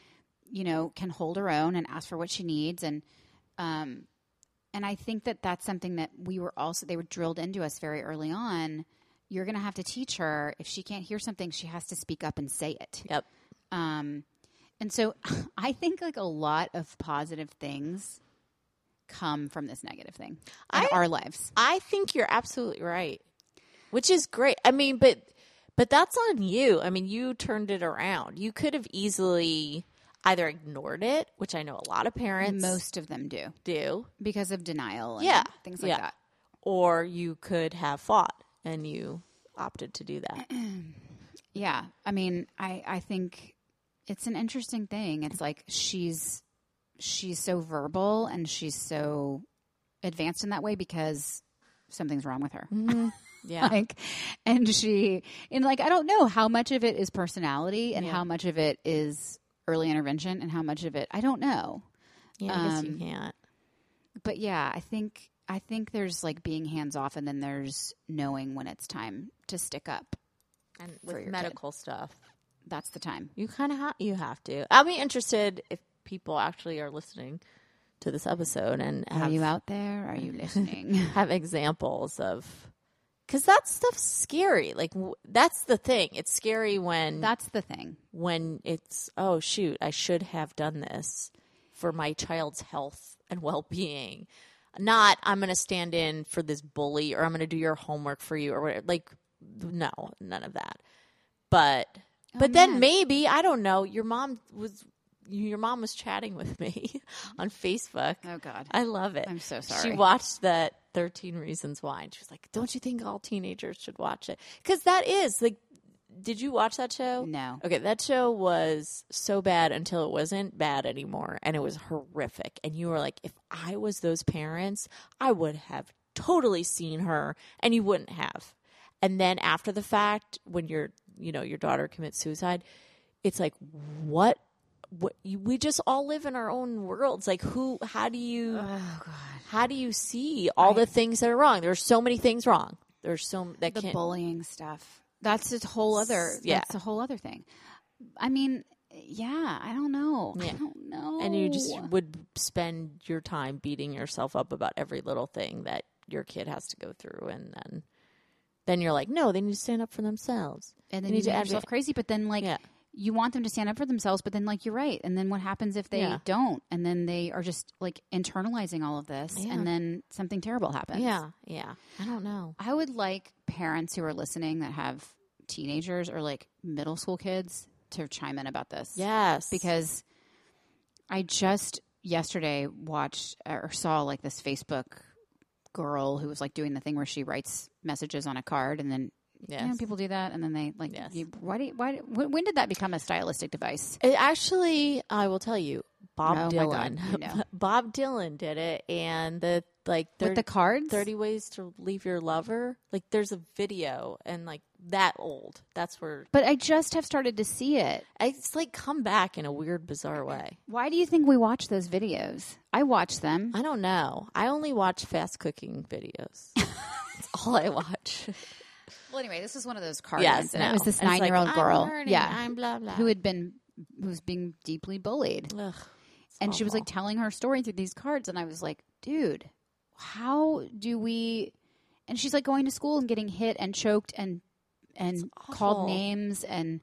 Speaker 2: you know can hold her own and ask for what she needs and um and I think that that's something that we were also they were drilled into us very early on. You're going to have to teach her if she can't hear something, she has to speak up and say it.
Speaker 3: Yep.
Speaker 2: Um, and so (laughs) I think like a lot of positive things come from this negative thing in
Speaker 3: I-
Speaker 2: our lives.
Speaker 3: I think you're absolutely right, which is great. I mean, but but that's on you. I mean, you turned it around. You could have easily either ignored it, which I know a lot of parents
Speaker 2: Most of them do
Speaker 3: do,
Speaker 2: because of denial and
Speaker 3: Yeah.
Speaker 2: things like
Speaker 3: Yeah.
Speaker 2: that.
Speaker 3: or you could have fought and you opted to do
Speaker 2: (clears throat)
Speaker 3: that.
Speaker 2: Yeah. I mean, I, I think it's an interesting thing. It's like she's she's so verbal and she's so advanced in that way because something's wrong with her.
Speaker 3: Mm-hmm. Yeah.
Speaker 2: (laughs) like, and she, and like, I don't know how much of it is personality and
Speaker 3: Yeah.
Speaker 2: how much of it is early intervention and how much of it, I don't know.
Speaker 3: Yeah, I guess you
Speaker 2: Um,
Speaker 3: can't.
Speaker 2: But yeah, I think, I think there's like being hands off and then there's knowing when it's time to stick up.
Speaker 3: And
Speaker 2: your
Speaker 3: with
Speaker 2: kid.
Speaker 3: medical stuff,
Speaker 2: That's the time.
Speaker 3: you kind of ha- you have to. I'll be interested if people actually are listening to this episode and
Speaker 2: Are
Speaker 3: have
Speaker 2: you out there?
Speaker 3: (laughs)
Speaker 2: Are you listening? (laughs)
Speaker 3: have examples of because that stuff's scary. Like w- that's the thing. It's scary when
Speaker 2: That's the thing.
Speaker 3: when it's oh shoot, I should have done this for my child's health and well being. Not I'm going to stand in for this bully or I'm going to do your homework for you or whatever. Like no, none of that. But but then
Speaker 2: Oh, man.
Speaker 3: maybe I don't know. Your mom was your mom was chatting with me (laughs) on Facebook.
Speaker 2: Oh God.
Speaker 3: I love it.
Speaker 2: I'm so
Speaker 3: She
Speaker 2: sorry.
Speaker 3: watched that 13 Reasons Why. And she was like, Don't you think all teenagers should watch it? Because that is like, did you watch that show?
Speaker 2: No.
Speaker 3: Okay, that show was so bad until it wasn't bad anymore. And it was horrific. And you were like, If I was those parents, I would have totally seen her. And you wouldn't have. And then after the fact, when your you know your daughter commits suicide, it's like what what you, we just all live in our own worlds. Like who? How do you?
Speaker 2: Oh God.
Speaker 3: how do you see all the things that are wrong? There's so many things wrong. There's so that
Speaker 2: the
Speaker 3: can't.
Speaker 2: bullying stuff. That's a whole other.
Speaker 3: yeah.
Speaker 2: That's a whole other thing. I mean, yeah, I don't know. I
Speaker 3: Yeah.
Speaker 2: don't know.
Speaker 3: and you just would spend your time beating yourself up about every little thing that your kid has to go through, and then then you're like, no, they need to stand up for themselves.
Speaker 2: and
Speaker 3: they
Speaker 2: then
Speaker 3: need
Speaker 2: you
Speaker 3: to
Speaker 2: make
Speaker 3: advocate.
Speaker 2: yourself crazy. But then, like,
Speaker 3: Yeah.
Speaker 2: you want them to stand up for themselves. But then, like, you're right. And then what happens if they
Speaker 3: Yeah.
Speaker 2: don't? And then they are just like internalizing all of this,
Speaker 3: Yeah.
Speaker 2: and then something terrible happens.
Speaker 3: Yeah, yeah. I don't know.
Speaker 2: I would like parents who are listening that have teenagers or like middle school kids to chime in about this.
Speaker 3: Yes,
Speaker 2: because I just yesterday watched or saw like this Facebook girl who was like doing the thing where she writes messages on a card and then you know
Speaker 3: Yes.
Speaker 2: people do that and then they like
Speaker 3: Yes.
Speaker 2: you, why do you, why do- when, when did that become a stylistic device?
Speaker 3: It actually, I will tell you, Bob
Speaker 2: Oh my God,
Speaker 3: Dylan.
Speaker 2: you know.
Speaker 3: (laughs) Bob Dylan did it, and the like
Speaker 2: With
Speaker 3: 30,
Speaker 2: the cards?
Speaker 3: 30 ways to leave your lover. Like, there's a video, and like that old. That's where
Speaker 2: But I just have started to see it.
Speaker 3: it's like come back in a weird, bizarre way.
Speaker 2: Why do you think we watch those videos? I watch them.
Speaker 3: I don't know. I only watch fast cooking
Speaker 2: (laughs)
Speaker 3: videos. That's all I watch.
Speaker 2: Well, anyway, this is one of those cards.
Speaker 3: yes,
Speaker 2: and it
Speaker 3: no.
Speaker 2: was this
Speaker 3: And it's like,
Speaker 2: nine-year-old
Speaker 3: I'm
Speaker 2: girl,
Speaker 3: learning,
Speaker 2: yeah,
Speaker 3: I'm blah blah.
Speaker 2: who had been who was being deeply bullied.
Speaker 3: Ugh, it's
Speaker 2: and she was
Speaker 3: awful.
Speaker 2: like telling her story through these cards and i was like dude how do we and she's like going to school and getting hit and choked and and
Speaker 3: awful.
Speaker 2: called names and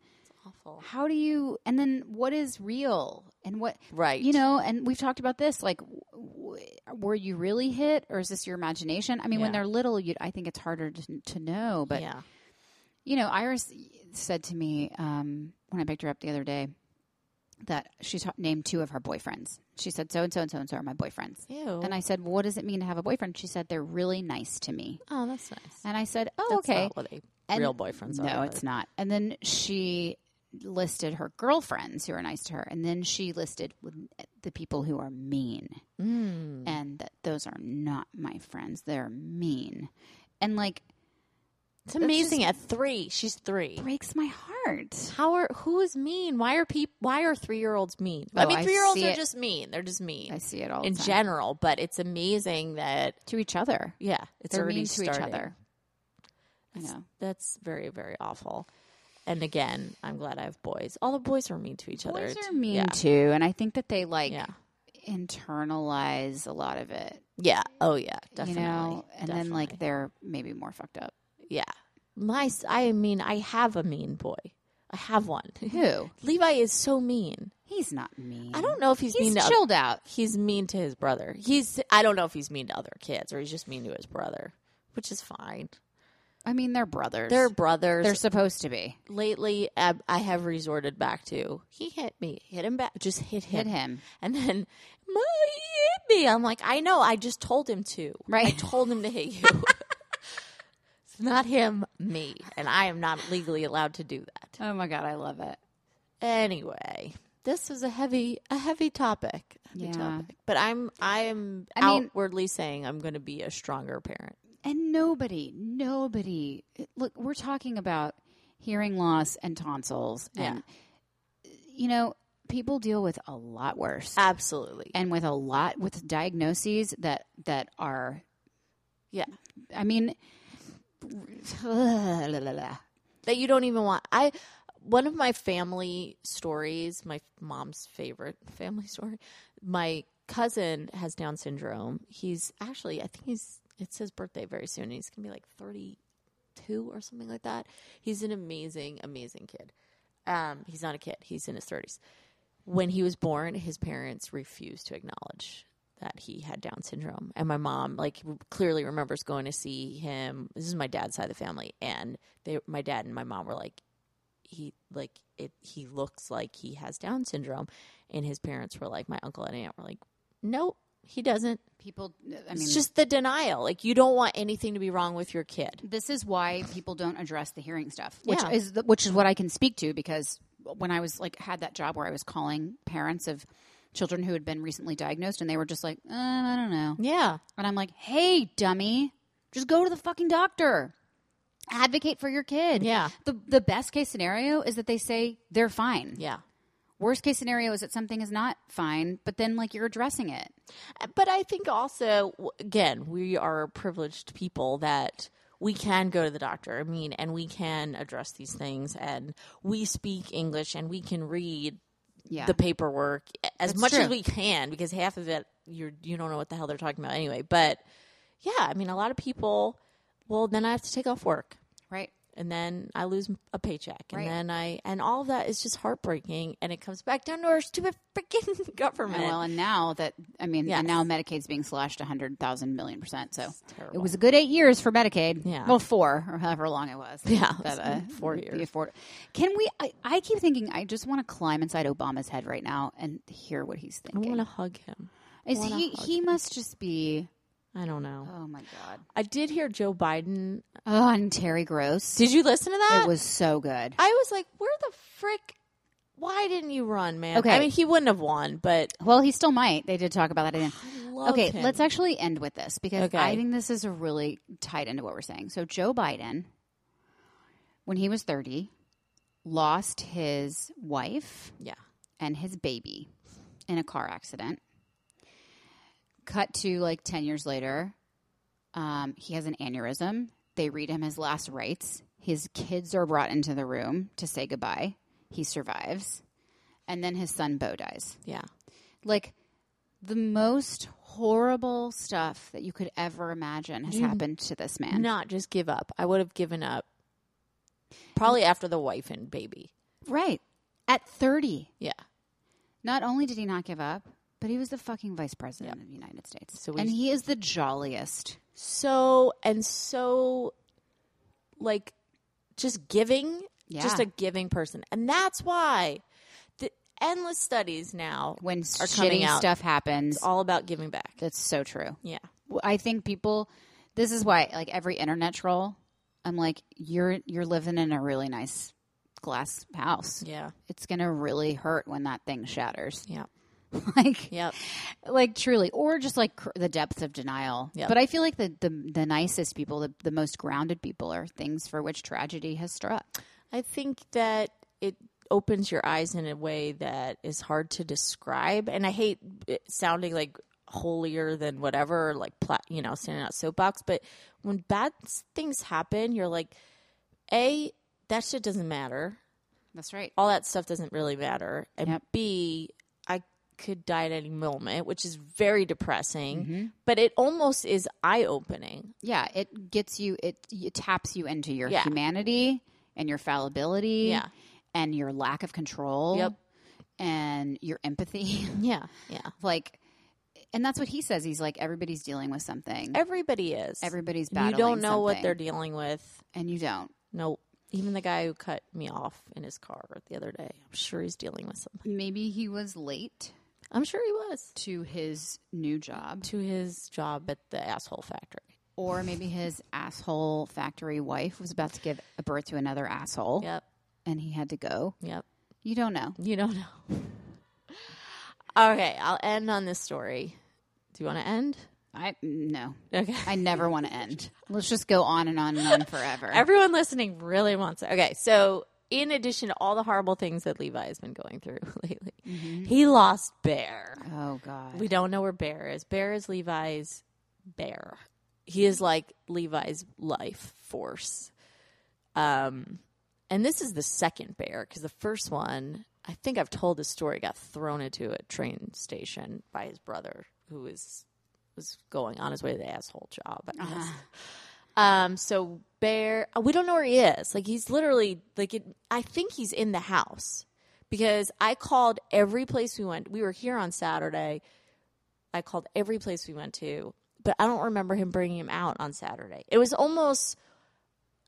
Speaker 3: awful.
Speaker 2: how do you and then what is real and what
Speaker 3: Right.
Speaker 2: you know and we've talked about this like w- w- were you really hit or is this your imagination i mean when
Speaker 3: Yeah.
Speaker 2: they're little you i think it's harder to, to know but
Speaker 3: yeah.
Speaker 2: you know, Iris said to me um, when I picked her up the other day that she ta- named two of her boyfriends. She said, so and so and so and so are my boyfriends.
Speaker 3: Ew.
Speaker 2: And I said, well, what does it mean to have a boyfriend? She said, they're really nice to me.
Speaker 3: oh, that's nice.
Speaker 2: And I said, oh,
Speaker 3: That's
Speaker 2: okay.
Speaker 3: not what a
Speaker 2: And-
Speaker 3: real boyfriends are.
Speaker 2: No,
Speaker 3: but-
Speaker 2: it's not. And then she listed her girlfriends who are nice to her. And then she listed the people who are mean
Speaker 3: Mm.
Speaker 2: and that those are not my friends. They're mean. And like,
Speaker 3: It's amazing. At three, she's three.
Speaker 2: breaks my heart.
Speaker 3: How are who is mean? Why are people? Why are three year olds mean? I
Speaker 2: Oh,
Speaker 3: mean,
Speaker 2: I
Speaker 3: three year olds
Speaker 2: see it.
Speaker 3: are just mean. They're just
Speaker 2: I
Speaker 3: mean
Speaker 2: see it all the
Speaker 3: in
Speaker 2: time.
Speaker 3: general. But it's amazing that
Speaker 2: to each other.
Speaker 3: yeah, it's
Speaker 2: They're
Speaker 3: already
Speaker 2: mean to each
Speaker 3: starting.
Speaker 2: other. I
Speaker 3: That's,
Speaker 2: know.
Speaker 3: that's very very awful. And again, I'm glad I have boys. All the boys are mean to each other.
Speaker 2: Boys
Speaker 3: It's-
Speaker 2: are mean
Speaker 3: yeah.
Speaker 2: too, and I think that they like
Speaker 3: yeah.
Speaker 2: internalize a lot of it,
Speaker 3: Yeah. Oh yeah. Definitely.
Speaker 2: you know, and then like
Speaker 3: Definitely.
Speaker 2: they're maybe more fucked up.
Speaker 3: yeah. My s- I mean I have a mean boy. I have one. (laughs)
Speaker 2: Who?
Speaker 3: Levi is so mean.
Speaker 2: He's not mean.
Speaker 3: Mm-hmm. I don't know if he's,
Speaker 2: He's
Speaker 3: mean to
Speaker 2: chilled out.
Speaker 3: he's mean to his brother. He's I don't know if he's mean to other kids or he's just mean to his brother, which is fine.
Speaker 2: I mean, they're brothers.
Speaker 3: They're brothers.
Speaker 2: they're supposed to be.
Speaker 3: Lately, I, I have resorted back to he hit me, hit him back, just hit
Speaker 2: Hit
Speaker 3: him,
Speaker 2: him.
Speaker 3: and then "Mom, he hit me. I'm like, I know, I just told him to.
Speaker 2: Right.
Speaker 3: I told him to hit
Speaker 2: (laughs)
Speaker 3: you. it's not him, me, and I am not legally allowed to do that.
Speaker 2: Oh my god, I love it.
Speaker 3: Anyway, this was a heavy a heavy topic. Heavy
Speaker 2: Yeah.
Speaker 3: topic. But I'm I am
Speaker 2: I mean-
Speaker 3: outwardly saying I'm going to be a stronger parent.
Speaker 2: And nobody, nobody, look, we're talking about hearing loss and tonsils. And, you know, people deal with a lot worse
Speaker 3: Absolutely.
Speaker 2: and with a lot with diagnoses that, that are,
Speaker 3: Yeah.
Speaker 2: I mean, (sighs) la, la, la, la.
Speaker 3: that you don't even want. I one of my family stories, my mom's favorite (laughs) family story. My cousin has Down syndrome. He's actually, I think he's. It's his birthday very soon. He's gonna be like thirty two or something like that. He's an amazing, amazing kid. Um, he's not a kid. He's in his thirties. When he was born, his parents refused to acknowledge that he had Down syndrome, and my mom like clearly remembers going to see him. This is my dad's side of the family, and they, my dad and my mom were like, he like it. He looks like he has Down syndrome, and his parents were like, my uncle and aunt were like, no, he doesn't.
Speaker 2: people, I mean,
Speaker 3: It's just the denial. Like you don't want anything to be wrong with your kid.
Speaker 2: this is why people don't address the hearing stuff, which
Speaker 3: Yeah.
Speaker 2: is the, which is what I can speak to because when I was like had that job where I was calling parents of children who had been recently diagnosed and they were just like, uh, I don't know,
Speaker 3: Yeah.
Speaker 2: and I'm like, hey, dummy, just go to the fucking doctor, advocate for your kid.
Speaker 3: Yeah.
Speaker 2: The the best case scenario is that they say they're fine.
Speaker 3: Yeah.
Speaker 2: Worst case scenario is that something is not fine, but then like you're addressing it.
Speaker 3: But I think also, w- again, we are privileged people that we can go to the doctor. I mean, and we can address these things, and we speak English, and we can read
Speaker 2: Yeah.
Speaker 3: the paperwork a- as
Speaker 2: That's
Speaker 3: much
Speaker 2: true.
Speaker 3: as we can because half of it you're you don't know what the hell they're talking about anyway. But yeah, I mean, a lot of people. Well, then I have to take off work
Speaker 2: right.
Speaker 3: and then I lose a paycheck, and
Speaker 2: Right.
Speaker 3: then I and all of that is just heartbreaking, and it comes back down to our (laughs) stupid freaking government.
Speaker 2: And well, and now that I mean,
Speaker 3: Yes.
Speaker 2: and now Medicaid's being slashed a hundred thousand million percent. So
Speaker 3: terrible.
Speaker 2: it was a good eight years for Medicaid.
Speaker 3: Yeah.
Speaker 2: well, four or however long it was.
Speaker 3: Yeah,
Speaker 2: But,
Speaker 3: it was
Speaker 2: uh,
Speaker 3: (laughs) four
Speaker 2: the
Speaker 3: years.
Speaker 2: afford- Can we? I, I keep thinking I just want to climb inside Obama's head right now and hear what he's
Speaker 3: I want
Speaker 2: thinking.
Speaker 3: to hug him.
Speaker 2: Is
Speaker 3: wanna
Speaker 2: he?
Speaker 3: hug
Speaker 2: He must just be.
Speaker 3: I don't know.
Speaker 2: Oh my god.
Speaker 3: I did hear Joe Biden.
Speaker 2: Oh, and Terry Gross.
Speaker 3: Did you listen to that?
Speaker 2: it was so good.
Speaker 3: I was like, where the frick? Why didn't you run, man?
Speaker 2: Okay.
Speaker 3: I mean, he wouldn't have won, but
Speaker 2: Well, he still might. They did talk about that again.
Speaker 3: I love
Speaker 2: okay,
Speaker 3: him.
Speaker 2: let's actually end with this because
Speaker 3: Okay.
Speaker 2: I think this is a really tied into what we're saying. So Joe Biden, when he was thirty, lost his wife
Speaker 3: Yeah.
Speaker 2: and his baby in a car accident. Cut to like ten years later, um, he has an aneurysm. They read him his last rites. His kids are brought into the room to say goodbye. He survives, and then his son Bo dies
Speaker 3: Yeah.
Speaker 2: like the most horrible stuff that you could ever imagine
Speaker 3: Mm.
Speaker 2: has happened to this man.
Speaker 3: Not just give up. I would have given up probably after the wife and baby.
Speaker 2: Right. At 30,
Speaker 3: Yeah.
Speaker 2: not only did he not give up, but he was the fucking vice president of the United States.
Speaker 3: So we-
Speaker 2: and he is the jolliest.
Speaker 3: So, and so, like, just giving,
Speaker 2: Yeah.
Speaker 3: just a giving person. And that's why the endless studies now
Speaker 2: When
Speaker 3: are
Speaker 2: shitty
Speaker 3: coming out.
Speaker 2: stuff happens,
Speaker 3: It's all about giving back.
Speaker 2: that's so true.
Speaker 3: Yeah.
Speaker 2: Well, I think people. This is why, like every internet troll, I'm like, you're you're living in a really nice glass house.
Speaker 3: Yeah.
Speaker 2: It's gonna really hurt when that thing shatters. (laughs)
Speaker 3: Yeah.
Speaker 2: like,
Speaker 3: Yep.
Speaker 2: like truly or just like cr- the depth of denial
Speaker 3: Yep.
Speaker 2: but i feel like the, the the nicest people the, the most grounded people are things for which tragedy has struck
Speaker 3: I think that it opens your eyes in a way that is hard to describe. And I hate it sounding like holier than whatever, like, pla- you know, standing out soapbox. But when bad s- things happen, you're like, A, that shit doesn't matter.
Speaker 2: that's right
Speaker 3: All that stuff doesn't really matter. And
Speaker 2: Yep.
Speaker 3: B, I could die at any moment, which is very depressing,
Speaker 2: Mm-hmm.
Speaker 3: but it almost is eye opening.
Speaker 2: yeah it gets you it, it taps you into your
Speaker 3: Yeah.
Speaker 2: humanity and your fallibility
Speaker 3: Yeah.
Speaker 2: and your lack of control
Speaker 3: Yep.
Speaker 2: and your empathy (laughs)
Speaker 3: Yeah. Yeah.
Speaker 2: like and that's what he says he's like everybody's dealing with something
Speaker 3: Everybody is.
Speaker 2: everybody's
Speaker 3: you
Speaker 2: battling
Speaker 3: don't know what
Speaker 2: something,
Speaker 3: they're dealing with.
Speaker 2: and you don't
Speaker 3: No, even the guy who cut me off in his car the other day, I'm sure he's dealing with something.
Speaker 2: maybe he was late
Speaker 3: I'm sure he was
Speaker 2: to his new job
Speaker 3: to his job at the asshole factory.
Speaker 2: or maybe his asshole factory wife was about to give birth to another asshole
Speaker 3: Yep,
Speaker 2: and he had to go.
Speaker 3: yep.
Speaker 2: You don't know.
Speaker 3: You don't (laughs) know. okay, I'll end on this story. Do you want to end?
Speaker 2: I no.
Speaker 3: Okay. (laughs)
Speaker 2: I never want to end. Let's just go on and on and on forever.
Speaker 3: Everyone listening really wants it. Okay, so in addition to all the horrible things that Levi has been going through (laughs) lately, he lost Bear.
Speaker 2: Mm-hmm. oh god.
Speaker 3: We don't know where Bear is. Bear is Levi's bear. He is like Levi's life force. Um, and this is the second bear because the first one, I think I've told this story, got thrown into a train station by his brother who was was going on his way to the asshole job. I guess. Um, so Bear, uh, we don't know where he is. Like he's literally like it, I think he's in the house because I called every place we went. We were here on Saturday. I called every place we went to, but I don't remember him bringing him out on Saturday. It was almost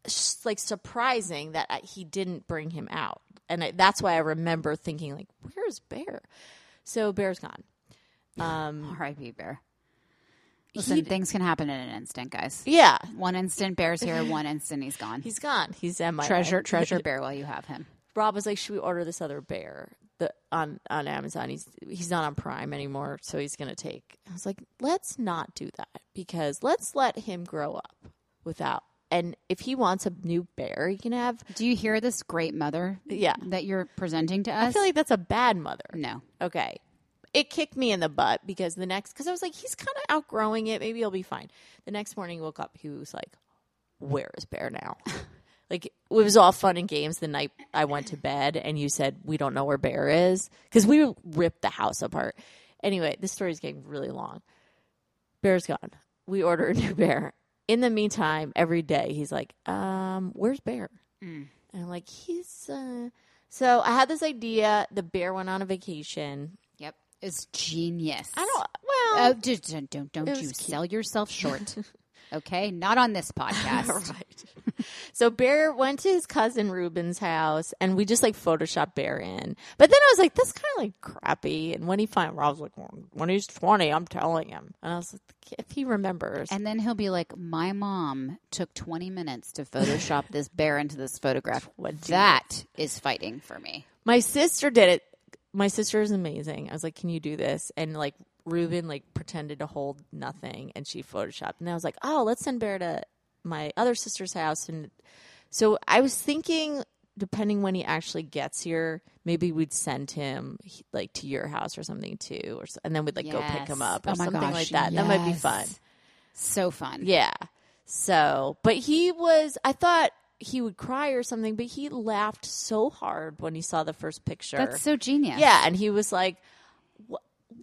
Speaker 3: s- like surprising that I- he didn't bring him out, and I, that's why I remember thinking like, "Where's Bear?" So Bear's gone. Um,
Speaker 2: R.I.P. Bear. Listen, things can happen in an instant, guys.
Speaker 3: yeah,
Speaker 2: One instant Bear's here. One instant he's gone.
Speaker 3: he's gone. He's MIA.
Speaker 2: treasure,
Speaker 3: (laughs)
Speaker 2: treasure Bear while you have him.
Speaker 3: Rob was like, "Should we order this other bear the, on on Amazon? He's he's not on Prime anymore, so he's gonna take." I was like, "Let's not do that because let's let him grow up without." And if he wants a new bear, he can have.
Speaker 2: Do you hear this great mother?
Speaker 3: Yeah.
Speaker 2: That you're presenting to us.
Speaker 3: I feel like that's a bad mother.
Speaker 2: no.
Speaker 3: Okay. It kicked me in the butt because the next, because I was like, he's kind of outgrowing it. Maybe he'll be fine. The next morning, he woke up. He was like, where is Bear now? like, it was all fun and games the night I went to bed, and you said, we don't know where Bear is because we ripped the house apart. Anyway, this story's getting really long. Bear's gone. We order a new bear. In the meantime, every day, he's like, um, where's Bear? And I'm like, he's. Uh... So I had this idea. The bear went on a vacation.
Speaker 2: Yep. It's genius.
Speaker 3: I don't. Well,
Speaker 2: Oh,
Speaker 3: (laughs)
Speaker 2: d- d- don't don't
Speaker 3: It
Speaker 2: you
Speaker 3: was cute.
Speaker 2: sell yourself
Speaker 3: (laughs)
Speaker 2: short. okay, not on this podcast.
Speaker 3: right. (laughs) so Bear went to his cousin Ruben's house, and we just like Photoshop Bear in. But then I was like, that's kind of like crappy. And when he finally, Rob's like, "Well, when he's twenty, I'm telling him. And I was like, if he remembers,
Speaker 2: And then he'll be like, "My mom took 20 minutes to Photoshop
Speaker 3: (laughs)
Speaker 2: this bear into this photograph. That is fighting for me."
Speaker 3: My sister did it. My sister is amazing. I was like, "Can you do this?" And like Ruben like pretended to hold nothing, and she photoshopped. And I was like, "Oh, let's send Bear to my other sister's house." And so I was thinking, depending when he actually gets here, maybe we'd send him he- like to your house or something too, or so, and then we'd like go pick
Speaker 2: Yes.
Speaker 3: him up or
Speaker 2: Oh my
Speaker 3: something like
Speaker 2: gosh,
Speaker 3: that. That might be
Speaker 2: yes.
Speaker 3: fun.
Speaker 2: So fun.
Speaker 3: Yeah. So, but he was. I thought he would cry or something, but he laughed so hard when he saw the first picture.
Speaker 2: That's so genius.
Speaker 3: Yeah, and he was like, "Wha-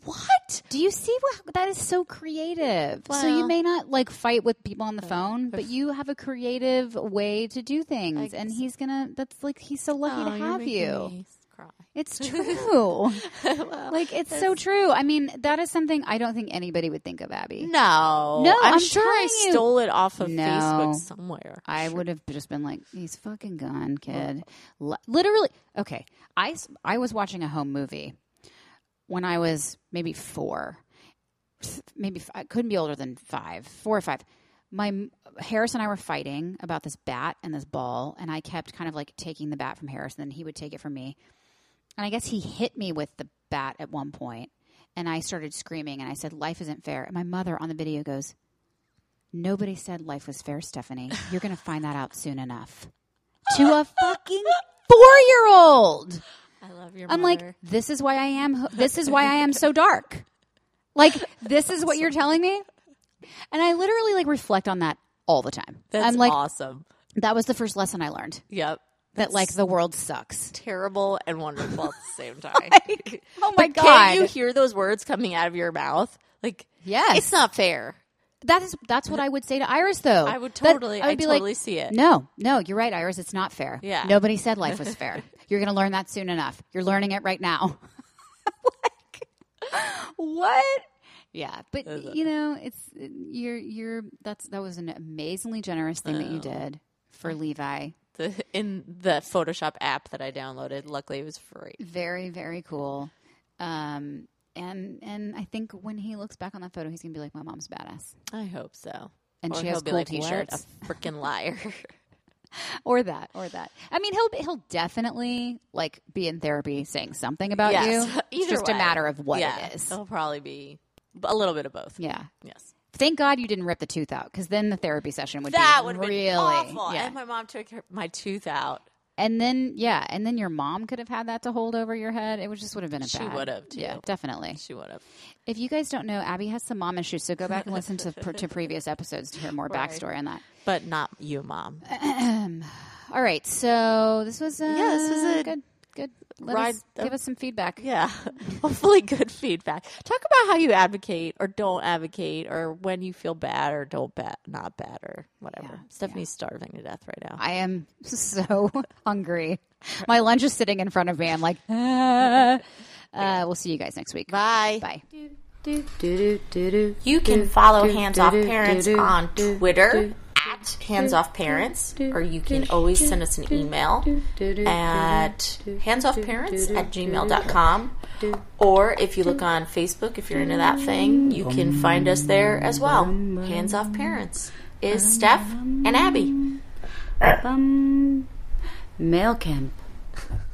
Speaker 3: "What?"
Speaker 2: Do you see what that is so creative? so you
Speaker 3: Well- uh,
Speaker 2: may not like fight with people on the phone, but you have a creative way to do things and he's going to that's like he's so
Speaker 3: Oh,
Speaker 2: lucky to have you. It's true. like it's so true. I mean, that is something I don't think anybody would think of, Abby.
Speaker 3: No,
Speaker 2: No,
Speaker 3: I'm,
Speaker 2: I'm
Speaker 3: sure I
Speaker 2: telling you-
Speaker 3: stole it off of
Speaker 2: No.
Speaker 3: Facebook somewhere.
Speaker 2: I would have just been like, "He's fucking gone, kid." Li- Literally, okay. I s- I was watching a home movie when I was maybe four, maybe f- I couldn't be older than five, four or five. My m- Harris and I were fighting about this bat and this ball, and I kept kind of like taking the bat from Harris, and then he would take it from me. And I guess he hit me with the bat at one point, and I started screaming, and I said, "Life isn't fair." And my mother on the video goes, Nobody said life was fair, Stephanie. You're going to find that out soon enough. To a fucking four year old.
Speaker 3: I love your.
Speaker 2: I'm like, this is why I am. This is why I am so dark. Like, this is what you're telling me. And I literally like reflect on that all the time.
Speaker 3: "That's
Speaker 2: I'm like,
Speaker 3: awesome."
Speaker 2: that was the first lesson I learned
Speaker 3: Yep,
Speaker 2: that like the world sucks.
Speaker 3: terrible and wonderful at the
Speaker 2: (laughs)
Speaker 3: same time.
Speaker 2: Oh my
Speaker 3: But
Speaker 2: god,
Speaker 3: Can you hear those words coming out of your mouth? Like,
Speaker 2: Yes.
Speaker 3: it's not fair.
Speaker 2: that is that's what I would say to Iris though.
Speaker 3: I would
Speaker 2: That-
Speaker 3: totally- I
Speaker 2: be
Speaker 3: totally see it.
Speaker 2: No, no, you're right, Iris. It's not fair.
Speaker 3: Yeah.
Speaker 2: nobody said life
Speaker 3: (laughs)
Speaker 2: was fair. you're going to learn that soon enough. You're learning it right now. (laughs) like what? Yeah, but you know, it's you're you're that's that was an amazingly generous thing that you
Speaker 3: Oh.
Speaker 2: did for Levi.
Speaker 3: The, in the Photoshop app that I downloaded, luckily it was free.
Speaker 2: Very very cool. Um, and and I think when he looks back on that photo, he's going to be like, "My mom's badass."
Speaker 3: I hope so.
Speaker 2: And
Speaker 3: Or
Speaker 2: she
Speaker 3: he'll
Speaker 2: has
Speaker 3: be
Speaker 2: cool
Speaker 3: like, "What
Speaker 2: t-shirts."
Speaker 3: A freaking liar.
Speaker 2: (laughs) or that or that i mean he'll he'll definitely like be in therapy saying something about
Speaker 3: Yes. (laughs)
Speaker 2: you
Speaker 3: Either
Speaker 2: it's just
Speaker 3: way.
Speaker 2: a matter of what
Speaker 3: yeah, Oh.
Speaker 2: it is
Speaker 3: It'll probably be a little bit of both.
Speaker 2: yeah
Speaker 3: Yes.
Speaker 2: Thank God you didn't rip the tooth out because then the therapy session would
Speaker 3: That
Speaker 2: be
Speaker 3: would have
Speaker 2: really
Speaker 3: been awful.
Speaker 2: Yeah.
Speaker 3: And my mom took her, my tooth out.
Speaker 2: And then yeah, and then your mom could have had that to hold over your head. It would just would have been a
Speaker 3: She
Speaker 2: bad-
Speaker 3: would have, too.
Speaker 2: Yeah, definitely.
Speaker 3: She would have.
Speaker 2: If you guys don't know, Abby has some mom issues, so go back and listen
Speaker 3: (laughs)
Speaker 2: to to previous episodes to hear more
Speaker 3: Right.
Speaker 2: backstory on that.
Speaker 3: But not you, mom.
Speaker 2: Uh, All right, so this was uh,
Speaker 3: Yeah, this was a
Speaker 2: good good. Let
Speaker 3: ride
Speaker 2: us,
Speaker 3: up-
Speaker 2: give us some feedback.
Speaker 3: Yeah. (laughs) Hopefully, good feedback. Talk about how you advocate or don't advocate or when you feel bad or don't bad, not bad or whatever. Stephanie's starving to death right now.
Speaker 2: I am (laughs) so hungry. My lunch is sitting in front of me. I'm like, ah. uh, we'll see you guys next week.
Speaker 3: Bye.
Speaker 2: Bye.
Speaker 4: You can follow Hands Off Parents on Twitter at Hands Off Parents, or you can always send us an email at handsoffparents at gmail.com. Or if you look on Facebook, if you're into that thing, you can find us there as well. Hands Off Parents is Steph and Abby.
Speaker 5: Mail camp.